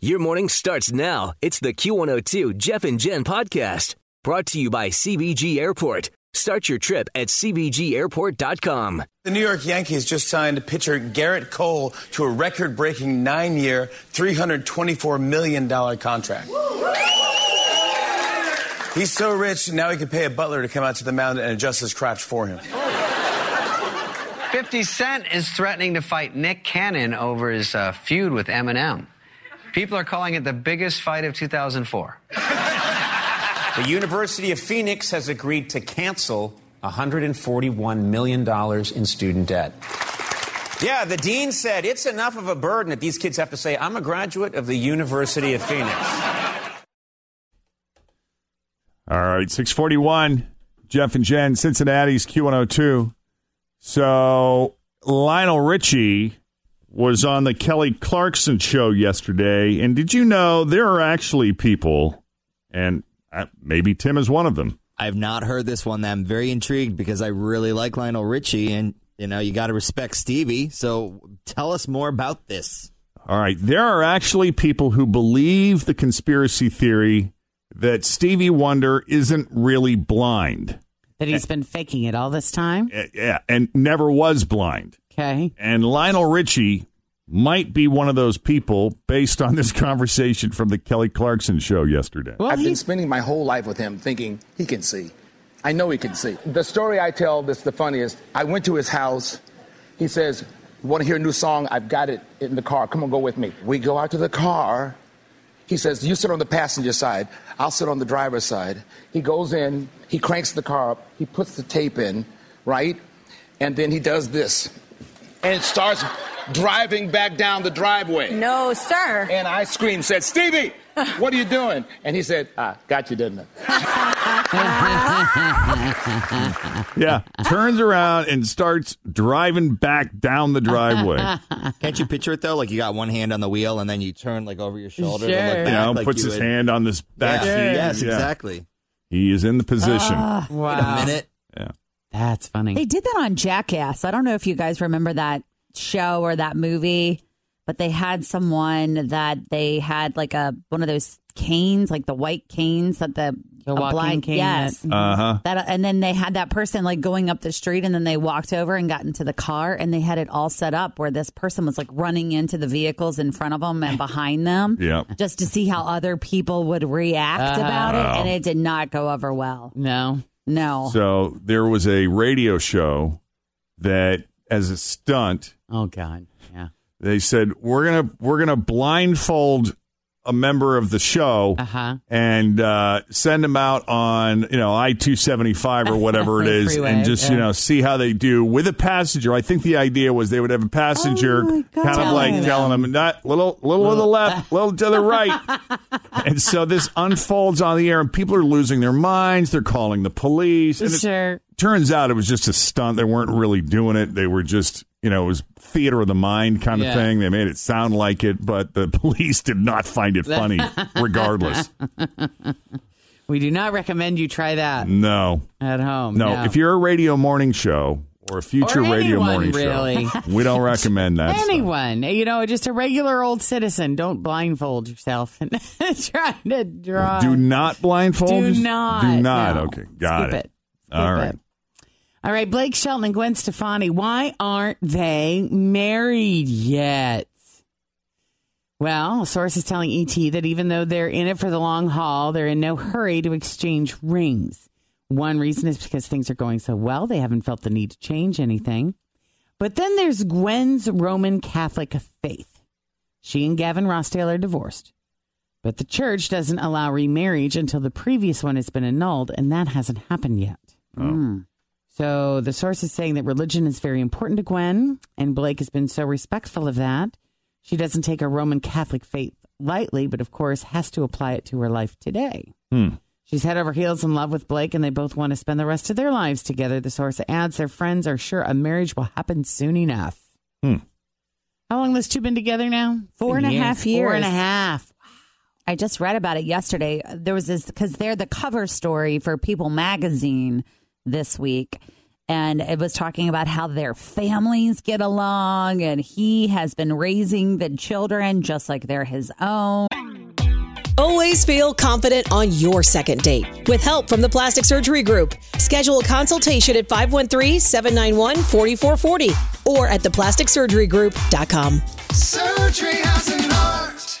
Your morning starts now. It's the Q102 Jeff and Jen podcast brought to you by CBG Airport. Start your trip at CBGAirport.com. The New York Yankees just signed pitcher Garrett Cole to a record breaking nine year, $324 million contract. He's so rich, now he can pay a butler to come out to the mound and adjust his crotch for him. 50 Cent is threatening to fight Nick Cannon over his uh, feud with Eminem. People are calling it the biggest fight of 2004. The University of Phoenix has agreed to cancel $141 million in student debt. Yeah, the dean said it's enough of a burden that these kids have to say, I'm a graduate of the University of Phoenix. All right, 641, Jeff and Jen, Cincinnati's Q102. So Lionel Richie was on the Kelly Clarkson show yesterday. And did you know there are actually people, and uh, maybe Tim is one of them, I've not heard this one. I'm very intrigued because I really like Lionel Richie, and you know you got to respect Stevie. So tell us more about this. All right. There are actually people who believe the conspiracy theory that Stevie Wonder isn't really blind. That he's been faking it all this time. Eh, Yeah. And never was blind. Okay. And Lionel Richie might be one of those people based on this conversation from the Kelly Clarkson show yesterday. Well, I've been he's spending my whole life with him thinking he can see. I know he can see. The story I tell that's the funniest I went to his house. He says, Want to hear a new song? I've got it in the car. Come on, go with me. We go out to the car. He says, You sit on the passenger side. I'll sit on the driver's side. He goes in, he cranks the car up, he puts the tape in, right? And then he does this and starts driving back down the driveway. No, sir. And I screamed, said, Stevie, what are you doing? And he said, ah, got you, didn't I? Yeah. Turns around and starts driving back down the driveway. Can't you picture it though? Like you got one hand on the wheel, and then you turn like over your shoulder. To Sure. look You back, know, like puts you his would- hand on this back Yeah. seat. Yes, Yeah. exactly. He is in the position. wow. Minute. That's funny. They did that on Jackass. I don't know if you guys remember that show or that movie, but they had someone that they had like a one of those canes, like the white canes that the The walking blind- cane Yes. that- Mm-hmm. uh huh. That and then they had that person like going up the street and then they walked over and got into the car and they had it all set up where this person was like running into the vehicles in front of them and behind them. Yeah. Just to see how other people would react about it and it did not go over well. Uh, No. No. So there was a radio show that, as a stunt, Oh God. Yeah. they said we're gonna we're gonna blindfold a member of the show Uh huh. and uh, send them out on you know I two seventy five or whatever it is, Freeway, and just you yeah. know see how they do with a passenger. I think the idea was they would have a passenger Oh, my kind God. of like Telling telling them not little little to the left, little to the right, and so this unfolds on the air, and people are losing their minds. They're calling the police. And it- Sure. turns out it was just a stunt. They weren't really doing it. They were just, you know, it was theater of the mind kind of Yeah. thing. They made it sound like it, but the police did not find it funny, regardless. We do not recommend you try that No, at home. no. If you're a radio morning show or a future Or radio anyone, morning really. show, we don't recommend that. stuff. anyone, you know, just a regular old citizen, don't blindfold yourself and try to draw. Do not blindfold. Do Just- not. Do not. No. Okay, got Scoop it. All Scoop right. it. All right, Blake Shelton and Gwen Stefani, why aren't they married yet? Well, a source is telling ET that even though they're in it for the long haul, they're in no hurry to exchange rings. One reason is because things are going so well, they haven't felt the need to change anything. But then there's Gwen's Roman Catholic faith. She and Gavin Rossdale are divorced. But the church doesn't allow remarriage until the previous one has been annulled, and that hasn't happened yet. Oh. Mm. So the source is saying that religion is very important to Gwen, and Blake has been so respectful of that. She doesn't take her Roman Catholic faith lightly, but of course has to apply it to her life today. Hmm. She's head over heels in love with Blake, and they both want to spend the rest of their lives together. The source adds their friends are sure a marriage will happen soon enough. Hmm. How long has those two been together now? Four and a half years. Four and a half. I just read about it yesterday. There was this because they're the cover story for People magazine this week. And it was talking about how their families get along, and he has been raising the children just like they're his own. Always feel confident on your second date. With help from the Plastic Surgery Group, schedule a consultation at 513-791-4440 or at theplasticsurgerygroup.com. Surgery has an art.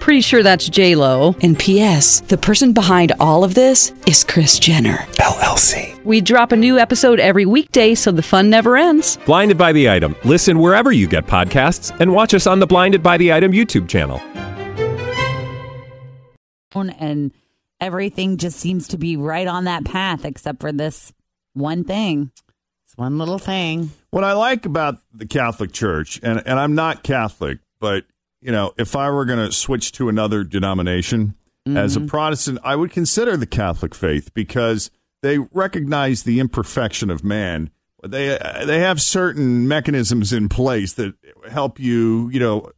Pretty sure that's J Lo. And P.S. The person behind all of this is Chris Jenner LLC. We drop a new episode every weekday, so the fun never ends. Blinded by the item. Listen wherever you get podcasts, and watch us on the Blinded by the Item YouTube channel. And everything just seems to be right on that path, except for this one thing. It's one little thing. What I like about the Catholic Church, and, and I'm not Catholic, but you know, if I were going to switch to another denomination as a Protestant, I would consider the Catholic faith because they recognize the imperfection of man. They they have certain mechanisms in place that help you, you know,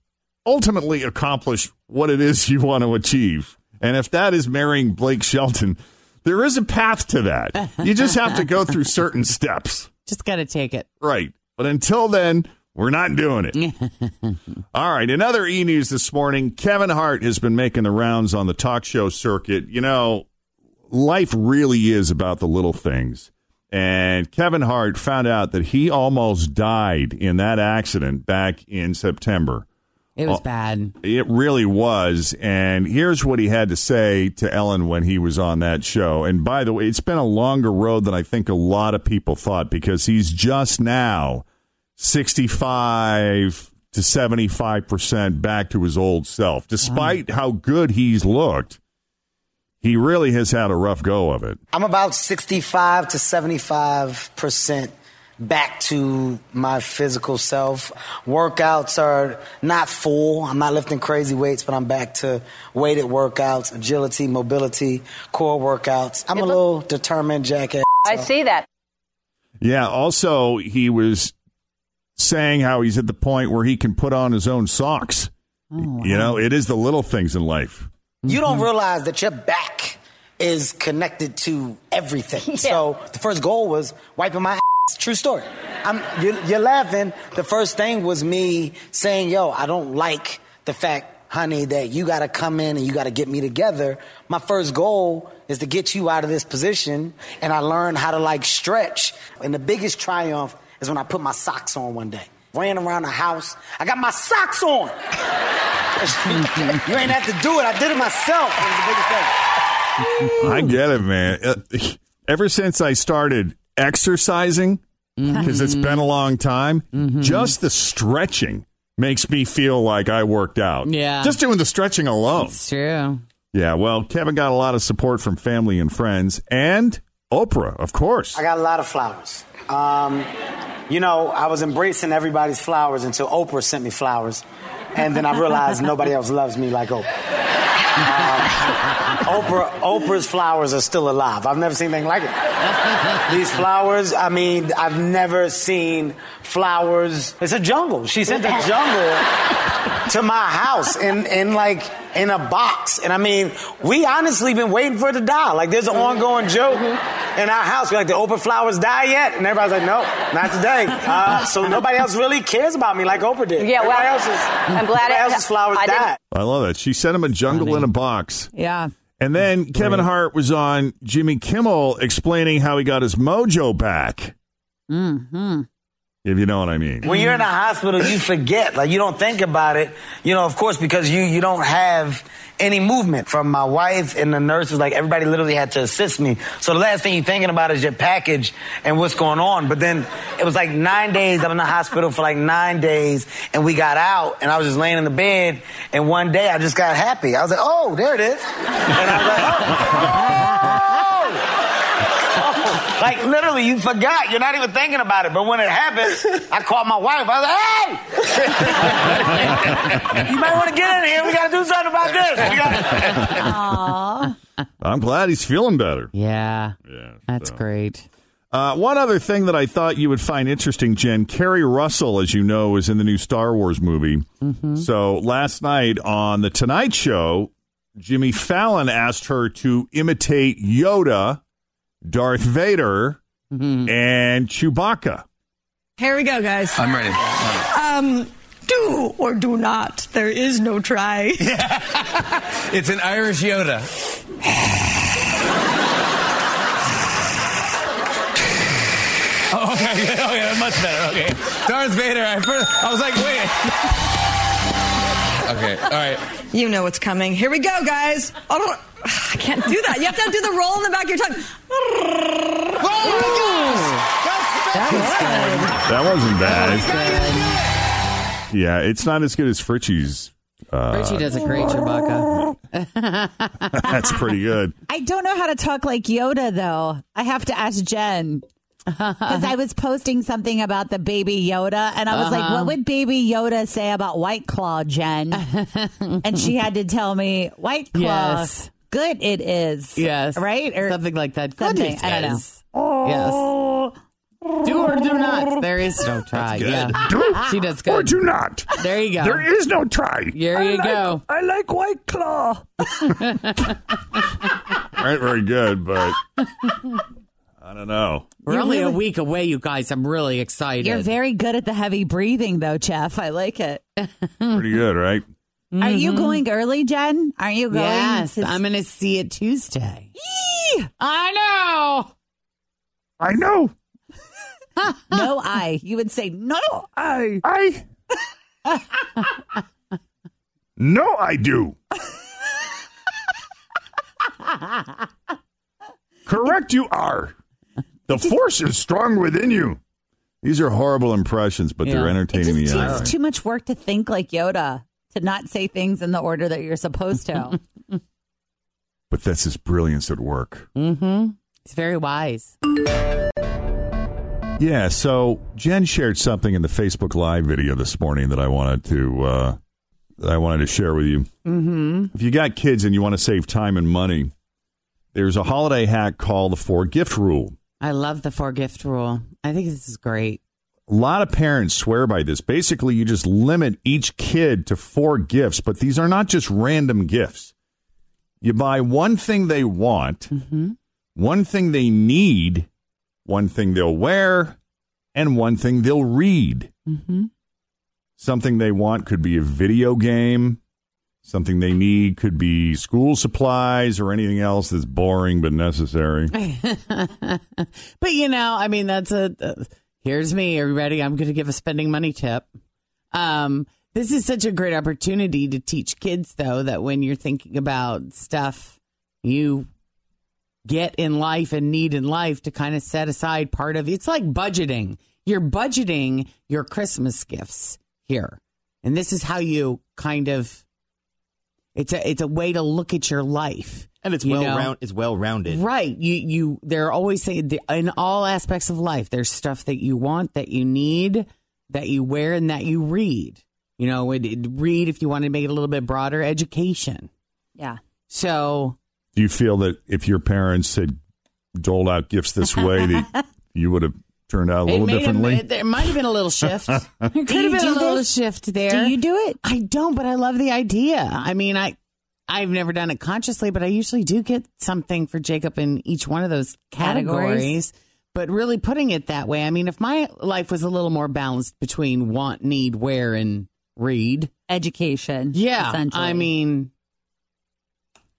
ultimately accomplish what it is you want to achieve. And if that is marrying Blake Shelton, there is a path to that. You just have to go through certain steps. Just got to take it. Right. But until then, we're not doing it. All right. In other e news this morning, Kevin Hart has been making the rounds on the talk show circuit. You know, life really is about the little things. And Kevin Hart found out that he almost died in that accident back in September. It was Oh, bad. It really was. And here's what he had to say to Ellen when he was on that show. And by the way, it's been a longer road than I think a lot of people thought because he's just now 65 to 75% back to his old self. Despite how good he's looked, he really has had a rough go of it. I'm about 65 to 75% back to my physical self. Workouts are not full. I'm not lifting crazy weights, but I'm back to weighted workouts, agility, mobility, core workouts. I'm a little determined jackass. I see that. Yeah. Also, he was saying how he's at the point where he can put on his own socks. You know, it is the little things in life. You don't realize that your back is connected to everything. So the first goal was wiping my ass. True story. I'm, you're, you're laughing. The first thing was me saying, yo, I don't like the fact, honey, that you got to come in and you got to get me together. My first goal is to get you out of this position. And I learned how to like stretch. And the biggest triumph is when I put my socks on one day. Ran around the house. I got my socks on. you ain't have to do it. I did it myself. It was the biggest thing. I get it, man. Uh, Ever since I started exercising, because it's Mm-hmm. been a long time, just the stretching makes me feel like I worked out. Yeah. Just doing the stretching alone. It's true. Yeah, well, Kevin got a lot of support from family and friends and Oprah, of course. I got a lot of flowers. Um, you know, I was embracing everybody's flowers until Oprah sent me flowers. And then I realized nobody else loves me like Oprah. Um, Oprah, Oprah's flowers are still alive. I've never seen anything like it. These flowers, I mean, I've never seen flowers. It's a jungle. She sent a jungle to my house in, in like in a box. And I mean, we honestly been waiting for it to die. Like there's an ongoing joke in our house. We're like, the Oprah flowers die yet? And everybody's like, no, not today. Uh, so nobody else really cares about me like Oprah did. Yeah, well, everybody else's, I'm glad it- everybody else's flowers I didn't- died. I love that. She sent him a jungle in a box. Yeah. And then Kevin Hart was on Jimmy Kimmel explaining how he got his mojo back, Mm-hmm. if you know what I mean. When you're in a hospital, you forget. Like you don't think about it. You know, of course, because you you don't have any movement. From my wife and the nurses, like everybody literally had to assist me. So the last thing you're thinking about is your package and what's going on. But then it was like nine days. I'm in the hospital for like nine days, and we got out, and I was just laying in the bed. And one day, I just got happy. I was like, oh, there it is. And I was like, oh. Like literally, you forgot. You're not even thinking about it. But when it happens, I called my wife. I was like, "Hey, you might want to get in here. We got to do something about this. We gotta- I'm glad he's feeling better. Yeah. Yeah. That's great. Uh, one other thing that I thought you would find interesting, Jen. Carrie Russell, as you know, is in the new Star Wars movie. Mm-hmm. So last night on The Tonight Show, Jimmy Fallon asked her to imitate Yoda, Darth Vader, Mm-hmm. and Chewbacca. Here we go, guys. I'm ready. Um, do or do not. There is no try. It's an Irish Yoda. oh, okay, okay, that's much better. Okay, Darth Vader. I first, I was like, wait. okay, all right. You know what's coming. Here we go, guys. I don't. I can't do that. You have to do the roll in the back of your tongue. That wasn't bad. Yeah, it's not as good as Fritchie's. Uh, Richie does a great Chewbacca. That's pretty good. I don't know how to talk like Yoda, though. I have to ask Jen. Because I was posting something about the baby Yoda, and I was like, Uh-huh. what would baby Yoda say about White Claw, Jen? and she had to tell me, White Claw, Yes. good it is. Yes. Right? Or something like that. Good Something. it I don't know. is. Yes. Do or do not. There is no try. good. Yeah. Do she does good. or do not. There you go. There is no try. There you go. I like White Claw. Aren't very good, but I don't know. We're only a week away, you guys. I'm really excited. You're very good at the heavy breathing, though, Jeff. I like it. Pretty good, right? Are you going early, Jen? Are you going? Yes, to- I'm going to see it Tuesday. I know. I know. no, I. You would say no, I. I. No, I do. Correct, you are. The force is strong within you. These are horrible impressions, but they're entertaining It the just eye. takes too much work to think like Yoda to not say things in the order that you're supposed to. But that's his brilliance at work. Mm-hmm. It's very wise. Yeah, so Jen shared something in the Facebook Live video this morning that I wanted to uh, that I wanted to share with you. Mm-hmm. If you got kids and you want to save time and money, there's a holiday hack called the four gift rule. I love the four gift rule. I think this is great. A lot of parents swear by this. Basically, you just limit each kid to four gifts, but these are not just random gifts. You buy one thing they want, one thing they need, one thing they'll wear, and one thing they'll read. Mm-hmm. Something they want could be a video game. Something they need could be school supplies or anything else that's boring but necessary. But you know, I mean, that's a. Uh, here's me. Are you ready? I'm going to give a spending money tip. Um, this is such a great opportunity to teach kids, though, that when you're thinking about stuff you get in life and need in life, to kind of set aside part of it's like budgeting. You're budgeting your Christmas gifts here, and this is how you kind of. It's a it's a way to look at your life, And it's you well know? round. It's well rounded. Right. You you they're always saying the, in all aspects of life there's stuff that you want, that you need, that you wear and that you read. You know, it, it- read if you want to make it a little bit broader education. Yeah. So, Do you feel that if your parents had doled out gifts this way, that you would have turned out a it little may have, differently? it, there might have been a little shift. there could have you been a do little this? shift there. Do you do it? I don't, but I love the idea. I mean, I I've never done it consciously, but I usually do get something for Jacob in each one of those categories. Categories. But really putting it that way, I mean, if my life was a little more balanced between want, need, where, and read education, yeah, essentially. I mean,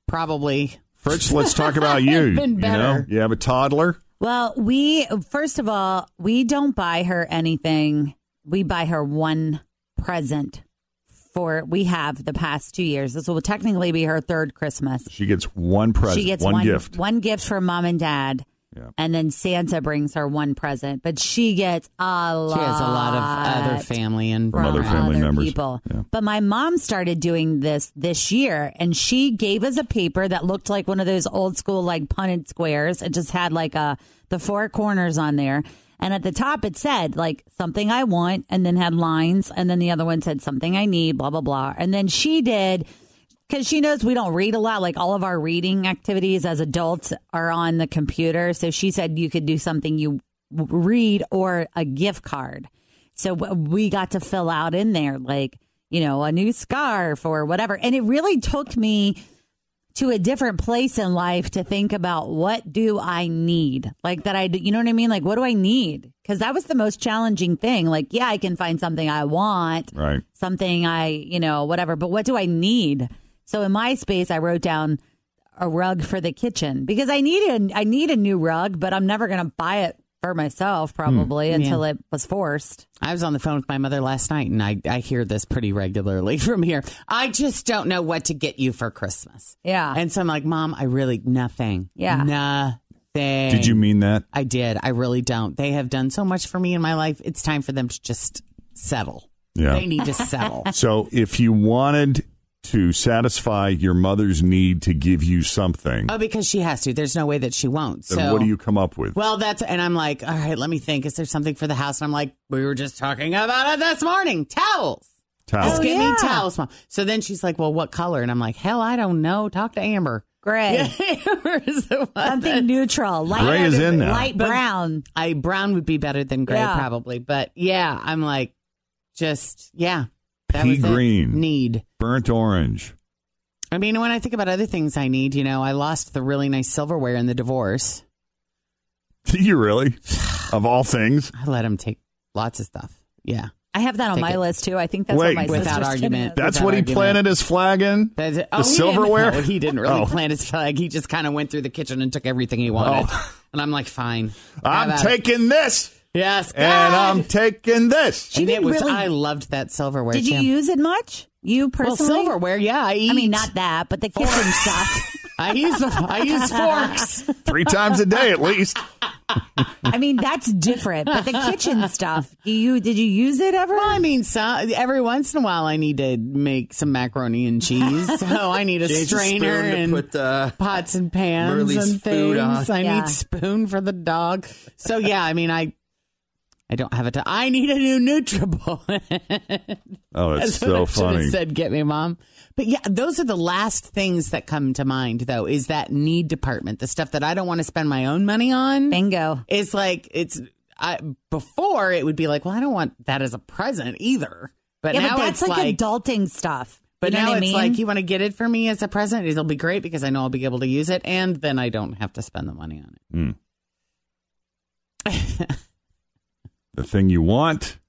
probably. First, let's talk about you. Been you know, better. you have a toddler. Well, we first of all, we don't buy her anything. We buy her one present for we have the past two years. This will technically be her third Christmas. She gets one present, she gets one, one gift. one gift from mom and dad. And then Santa brings her one present, but she gets a lot. She has a lot of other family and from other other people. But my mom started doing this this year, and she gave us a paper that looked like one of those old school like punted squares. It just had like a the four corners on there, and at the top it said like something I want, and then had lines, and then the other one said something I need, blah blah blah. And then she did because she knows we don't read a lot. Like all of our reading activities as adults are on the computer. So she said you could do something you w- read or a gift card. So w- we got to fill out in there, like, you know, a new scarf or whatever. And it really took me to a different place in life to think about what do I need? Like that I you know what I mean? Like what do I need? Cuz that was the most challenging thing. Like yeah, I can find something I want. Right. Something I, you know, whatever, but what do I need? So in my space I wrote down a rug for the kitchen because I need a I need a new rug, but I'm never going to buy it for myself probably until it was forced. Hmm. I was on the phone with my mother last night, and I, I hear this pretty regularly from here. I just don't know what to get you for Christmas. Yeah. And so I'm like, Mom, I really, nothing. Yeah. Nothing. Did you mean that? I did. I really don't. They have done so much for me in my life. It's time for them to just settle. Yeah. They need to settle. So if you wanted to satisfy your mother's need to give you something, oh, because she has to. There's no way that she won't. then so what do you come up with? Well, that's and I'm like, all right, let me think. Is there something for the house? And I'm like, we were just talking about it this morning. Towels. Towels. Just give yeah. me towels, mom. So then she's like, well, what color? And I'm like, hell, I don't know. Talk to Amber. Gray. Something neutral. Light Gray is in there. Light But- brown. I brown would be better than gray Yeah. probably, but yeah, I'm like, just yeah. That Pea was it. green. Need. Burnt orange. I mean, when I think about other things I need, you know, I lost the really nice silverware in the divorce. Do you really? Of all things, I let him take lots of stuff. Yeah. I have that on Take my it. list too. I think that's Wait. what my Without sister's argument. Kid is. that's what he argument. planted his flag in. That's it. The Oh, he didn't- silverware? no, he didn't really Oh. plant his flag. He just kind of went through the kitchen and took everything he wanted. Oh. And I'm like, fine. How oh. I'm about it? taking this, Yes, and God. I'm taking this. And it didn't was, really- I loved that silverware. Did you too. use it much? You well, personally? silverware? Yeah, I eat. I mean, not that, but the kitchen stuff. I use I use forks. Three times a day, at least. I mean, that's different. But the kitchen stuff. Do you did you use it ever? Well, I mean, so, every once in a while, I need to make some macaroni and cheese. So I need a She needs a strainer spoon to and put, uh, pots and pans Merle's and food on. things. I Yeah. need spoon for the dog. So yeah, I mean, I I don't have a time. I need a new Nutribullet. Oh, that's what so I should've funny. Said, "Get me, mom." But yeah, those are the last things that come to mind, though. Is that need department the stuff that I don't want to spend my own money on? Bingo. It's like it's I, before it would be like, well, I don't want that as a present either. But yeah, now but that's it's like, like, adulting stuff. But you know now what I it's mean? like you want to get it for me as a present. It'll be great because I know I'll be able to use it, and then I don't have to spend the money on it. Hmm. the thing you want,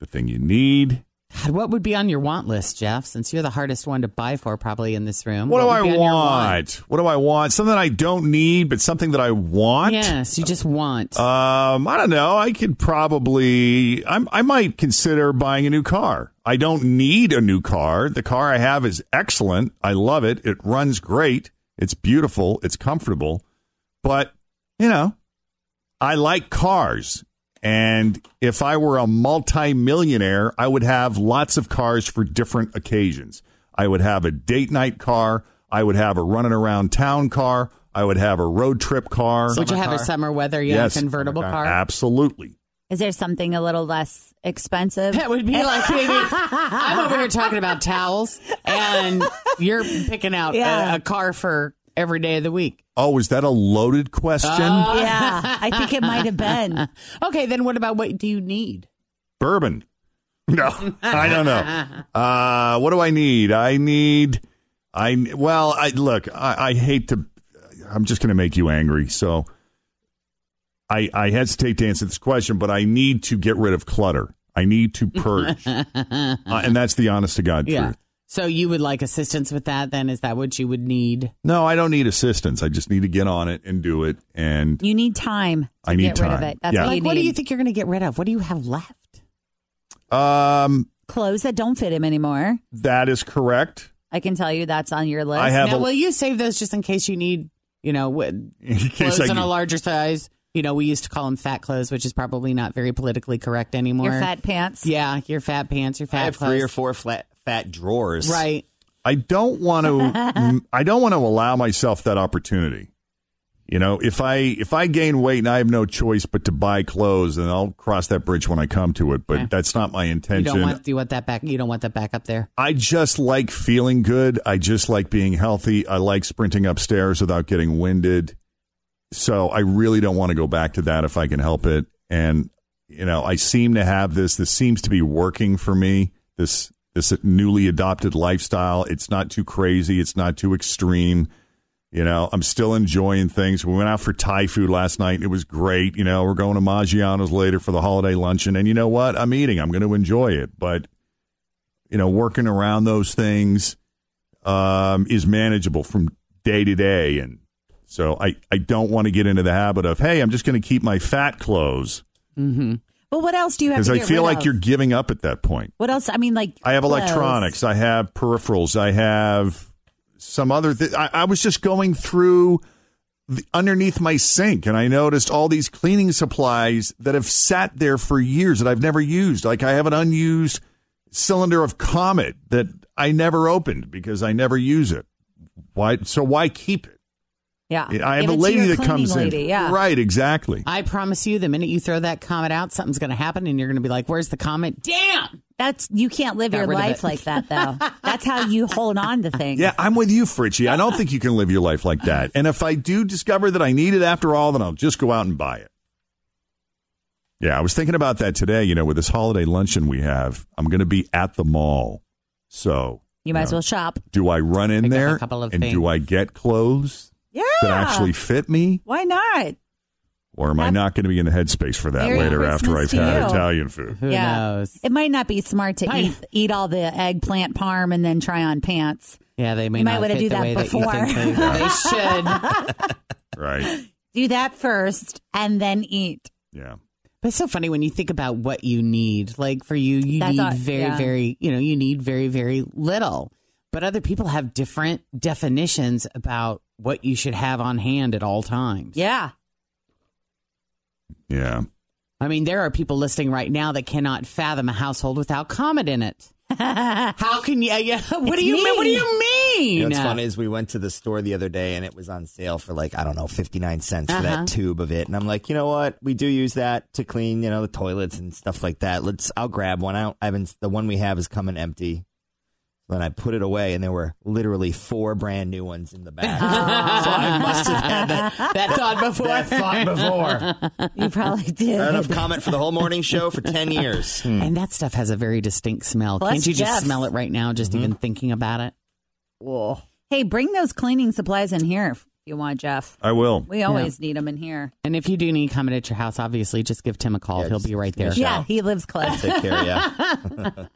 the thing you need. God, what would be on your want list, Jeff? Since you're the hardest one to buy for, probably in this room. What, do would I be on want? your want? What do I want? Something I don't need, but something that I want. Yes, you just want. Uh, Um, I don't know. I could probably. I'm, I might consider buying a new car. I don't need a new car. The car I have is excellent. I love it. It runs great. It's beautiful. It's comfortable. But you know, I like cars. And if I were a multimillionaire, I would have lots of cars for different occasions. I would have a date night car. I would have a running around town car. I would have a road trip car. Would you have a summer weather, yeah, Yes. convertible car? Absolutely. Is there something a little less expensive? That would be like maybe I'm over here talking about towels, and you're picking out Yeah. a, a car for every day of the week. Oh, is that a loaded question? Uh, yeah, I think it might have been. Okay, then what about what do you need? Bourbon. No, I don't know. Uh, what do I need? I need I well, I look. I, I hate to. I'm just going to make you angry. So, I I hesitate to answer this question, but I need to get rid of clutter. I need to purge, uh, and that's the honest to god yeah. truth. So you would like assistance with that? Then is that what you would need? No, I don't need assistance. I just need to get on it and do it. And You need time. To I need get Rid of time. it. That's Yeah. what you Like, what do need. you think you're going to get rid of? What do you have left? um, Clothes that don't fit him anymore. that is correct. I can tell you that's on your list. I have now, a- will you save those just in case you need, you know, w- case clothes I in a need- larger size? You know, we used to call them fat clothes, which is probably not very politically correct anymore. Your fat pants. Yeah, your fat pants, your fat I have clothes. three or four flat, fat drawers. Right. I don't want to. I don't want to allow myself that opportunity. You know, if I if I gain weight and I have no choice but to buy clothes, then I'll cross that bridge when I come to it. But Yeah. that's not my You don't intention. want you want that back. You don't want that back up there. I just like feeling good. I just like being healthy. I like sprinting upstairs without getting winded. So I really don't want to go back to that if I can help it. And you know, I seem to have this. This seems to be working for me. This this newly adopted lifestyle. It's not too crazy. It's not too extreme. You know, I'm still enjoying things. We went out for Thai food last night. It was great. You know, we're going to Maggiano's later for the holiday luncheon. And you know what? I'm eating. I'm going to enjoy it. But you know, working around those things um, is manageable from day to day. And so I, I don't want to get into the habit of, hey, I'm just going to keep my fat clothes Mm-hmm. Well, what else do you have? because to I get feel rid like of? you're giving up at that point. What else? I mean, like I have clothes. electronics, I have peripherals, I have some other thi- I, I was just going through the, underneath my sink and I noticed all these cleaning supplies that have sat there for years that I've never used. Like I have an unused cylinder of Comet that I never opened because I never use it. Why? So why keep it? Yeah, I have Give a it to lady your that cleaning comes lady, in. yeah. Right, exactly. I promise you, the minute you throw that comment out, something's going to happen, and you're going to be like, "Where's the comment?" Damn. That's you can't live Got your rid of life it. like that though. That's how you hold on to things. Yeah, I'm with you, Fritchie. I don't think you can live your life like that. And if I do discover that I need it after all, then I'll just go out and buy it. Yeah, I was thinking about that today. You know, with this holiday luncheon we have, I'm going to be at the mall. So You might as know, well shop. Do I run in Pick up a there couple of and do things. I get clothes Yeah. that actually fit me, Why not? or am I not going to be in the headspace for that Merry later after Christmas I've to had you. Italian food? yeah. It might not be smart to eat, eat all the eggplant parm and then try on pants. Yeah, they may You might not wanna fit do the that way before. that you think they, they should. Right. Do that first and then eat. Yeah. But it's so funny when you think about what you need. Like for you, you That's need all- very, yeah. very, you know, you need very, very little. But other people have different definitions about what you should have on hand at all times. Yeah. Yeah. I mean, there are people listening right now that cannot fathom a household without Comet in it. How can you? Yeah, what do It's you mean? What do me. you mean? You know, what's funny is we went to the store the other day and it was on sale for like I don't know fifty nine cents for Uh-huh. that tube of it, and I'm like, you know what? We do use that to clean, you know, the toilets and stuff like that. Let's. I'll grab one. I don't. I've been the one we have is coming empty. Then I put it away, and there were literally four brand new ones in the bag. so I must have had that, That thought before. That thought before. You probably did. Not enough comment for the whole morning show for ten years. Hmm. And that stuff has a very distinct smell. Plus Can't you just Mm. Jeff's. Mm-hmm. smell it right now, just even thinking about it? Whoa. Hey, bring those cleaning supplies in here if you want, Jeff. I will. We always need 'em need them in here. And if you do need comment at your house, obviously just give Tim a call. He'll be right there. Yeah, he lives close. Take care,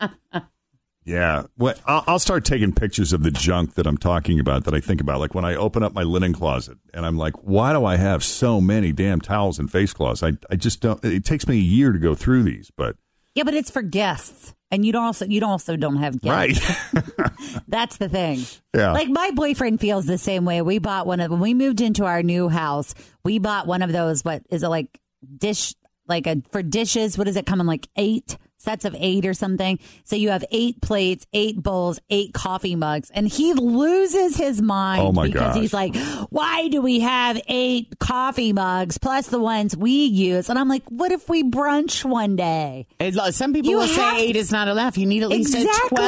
Yeah. Well, I'll, I'll start taking pictures of the junk that I'm talking about that I think about. Like when I open up my linen closet and I'm like, why do I have so many damn towels and face cloths? I, I just don't, it takes me a year to go through these, but Yeah, but it's for guests. And you don't also you don't also don't have guests. right. That's the thing. Yeah. Like my boyfriend feels the same way. We bought one of when we moved into our new house, we bought one of those what is it like dish like a for dishes, what does it come in like eight sets of eight or something? So you have eight plates, eight bowls, eight coffee mugs, and he loses his mind Oh, my because gosh. he's like, Why do we have eight coffee mugs plus the ones we use? And I'm like, What if we brunch one day? It's like- Some people You will say have- eight is not enough. You need at least a exactly.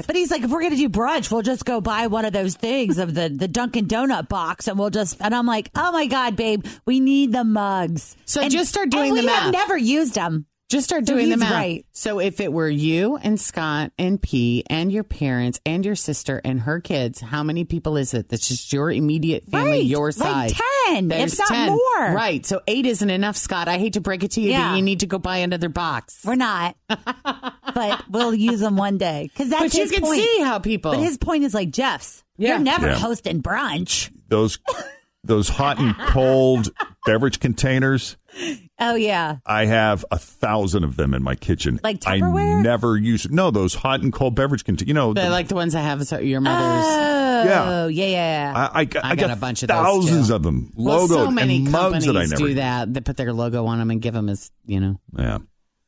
12. But he's like, if we're gonna do brunch, we'll just go buy one of those things of the the Dunkin' Donut box, and we'll just. And I'm like, oh my god, babe, we need the mugs. So and, just start doing and the we have math. never used them. Just start So doing them he's out. right. So if it were you and Scott and P and your parents and your sister and her kids, how many people is it? That's just your immediate family, Right. your Like side. 10, if There's not 10. more. Right. So eight isn't enough, Scott. I hate to break it to you, Yeah. but you need to go buy another box. We're not, but we'll use them one day because that's But you his can point. see how people- But his point is like Jeff's. Yeah. You're never Yeah. hosting brunch. Those those hot and cold beverage containers. Oh yeah, I have a thousand of them in my kitchen. Like I never use no those hot and cold beverage containers. You know, They're the- like the ones that have so- your mother's. Yeah. Oh yeah, yeah. I, I, got, I got a bunch of those, thousands too. of them, Well, Oh, logos so many and mugs companies that I never. do that. They put their logo on them and give them as you know. Yeah.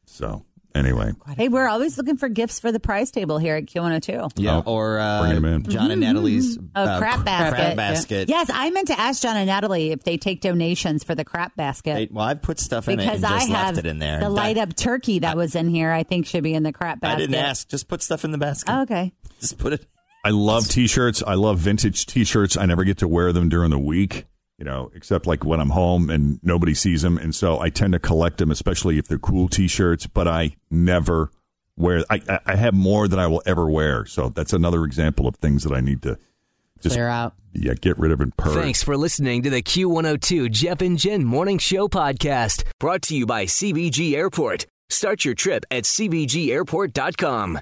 So anyway, Hey, we're always looking for gifts for the prize table here at Q102. Yeah, or uh, Bring Oh, 'em in. John Mm-hmm. and Natalie's Oh, uh, crap basket. Crap basket. Yes, I meant to ask John and Natalie if they take donations for the crap basket. They- well, I've put stuff in it because and I just have left it in there. the light up turkey that was in here, I think should be in the crap I basket. didn't ask. Just put stuff in the basket. Oh, okay. Just put it. Mm-hmm. I love t-shirts. I love vintage t-shirts. I never get to wear them during the week, you know, except like when I'm home and nobody sees them. And so I tend to collect them, especially if they're cool t-shirts. But I never wear. I I- I have more than I will ever wear. So that's another example of things that I need to just clear out. Yeah, get rid of and purge. Thanks for listening to the Q102 Jeff and Jen Morning Show podcast brought to you by CBG Airport. Start your trip at CBGAirport.com.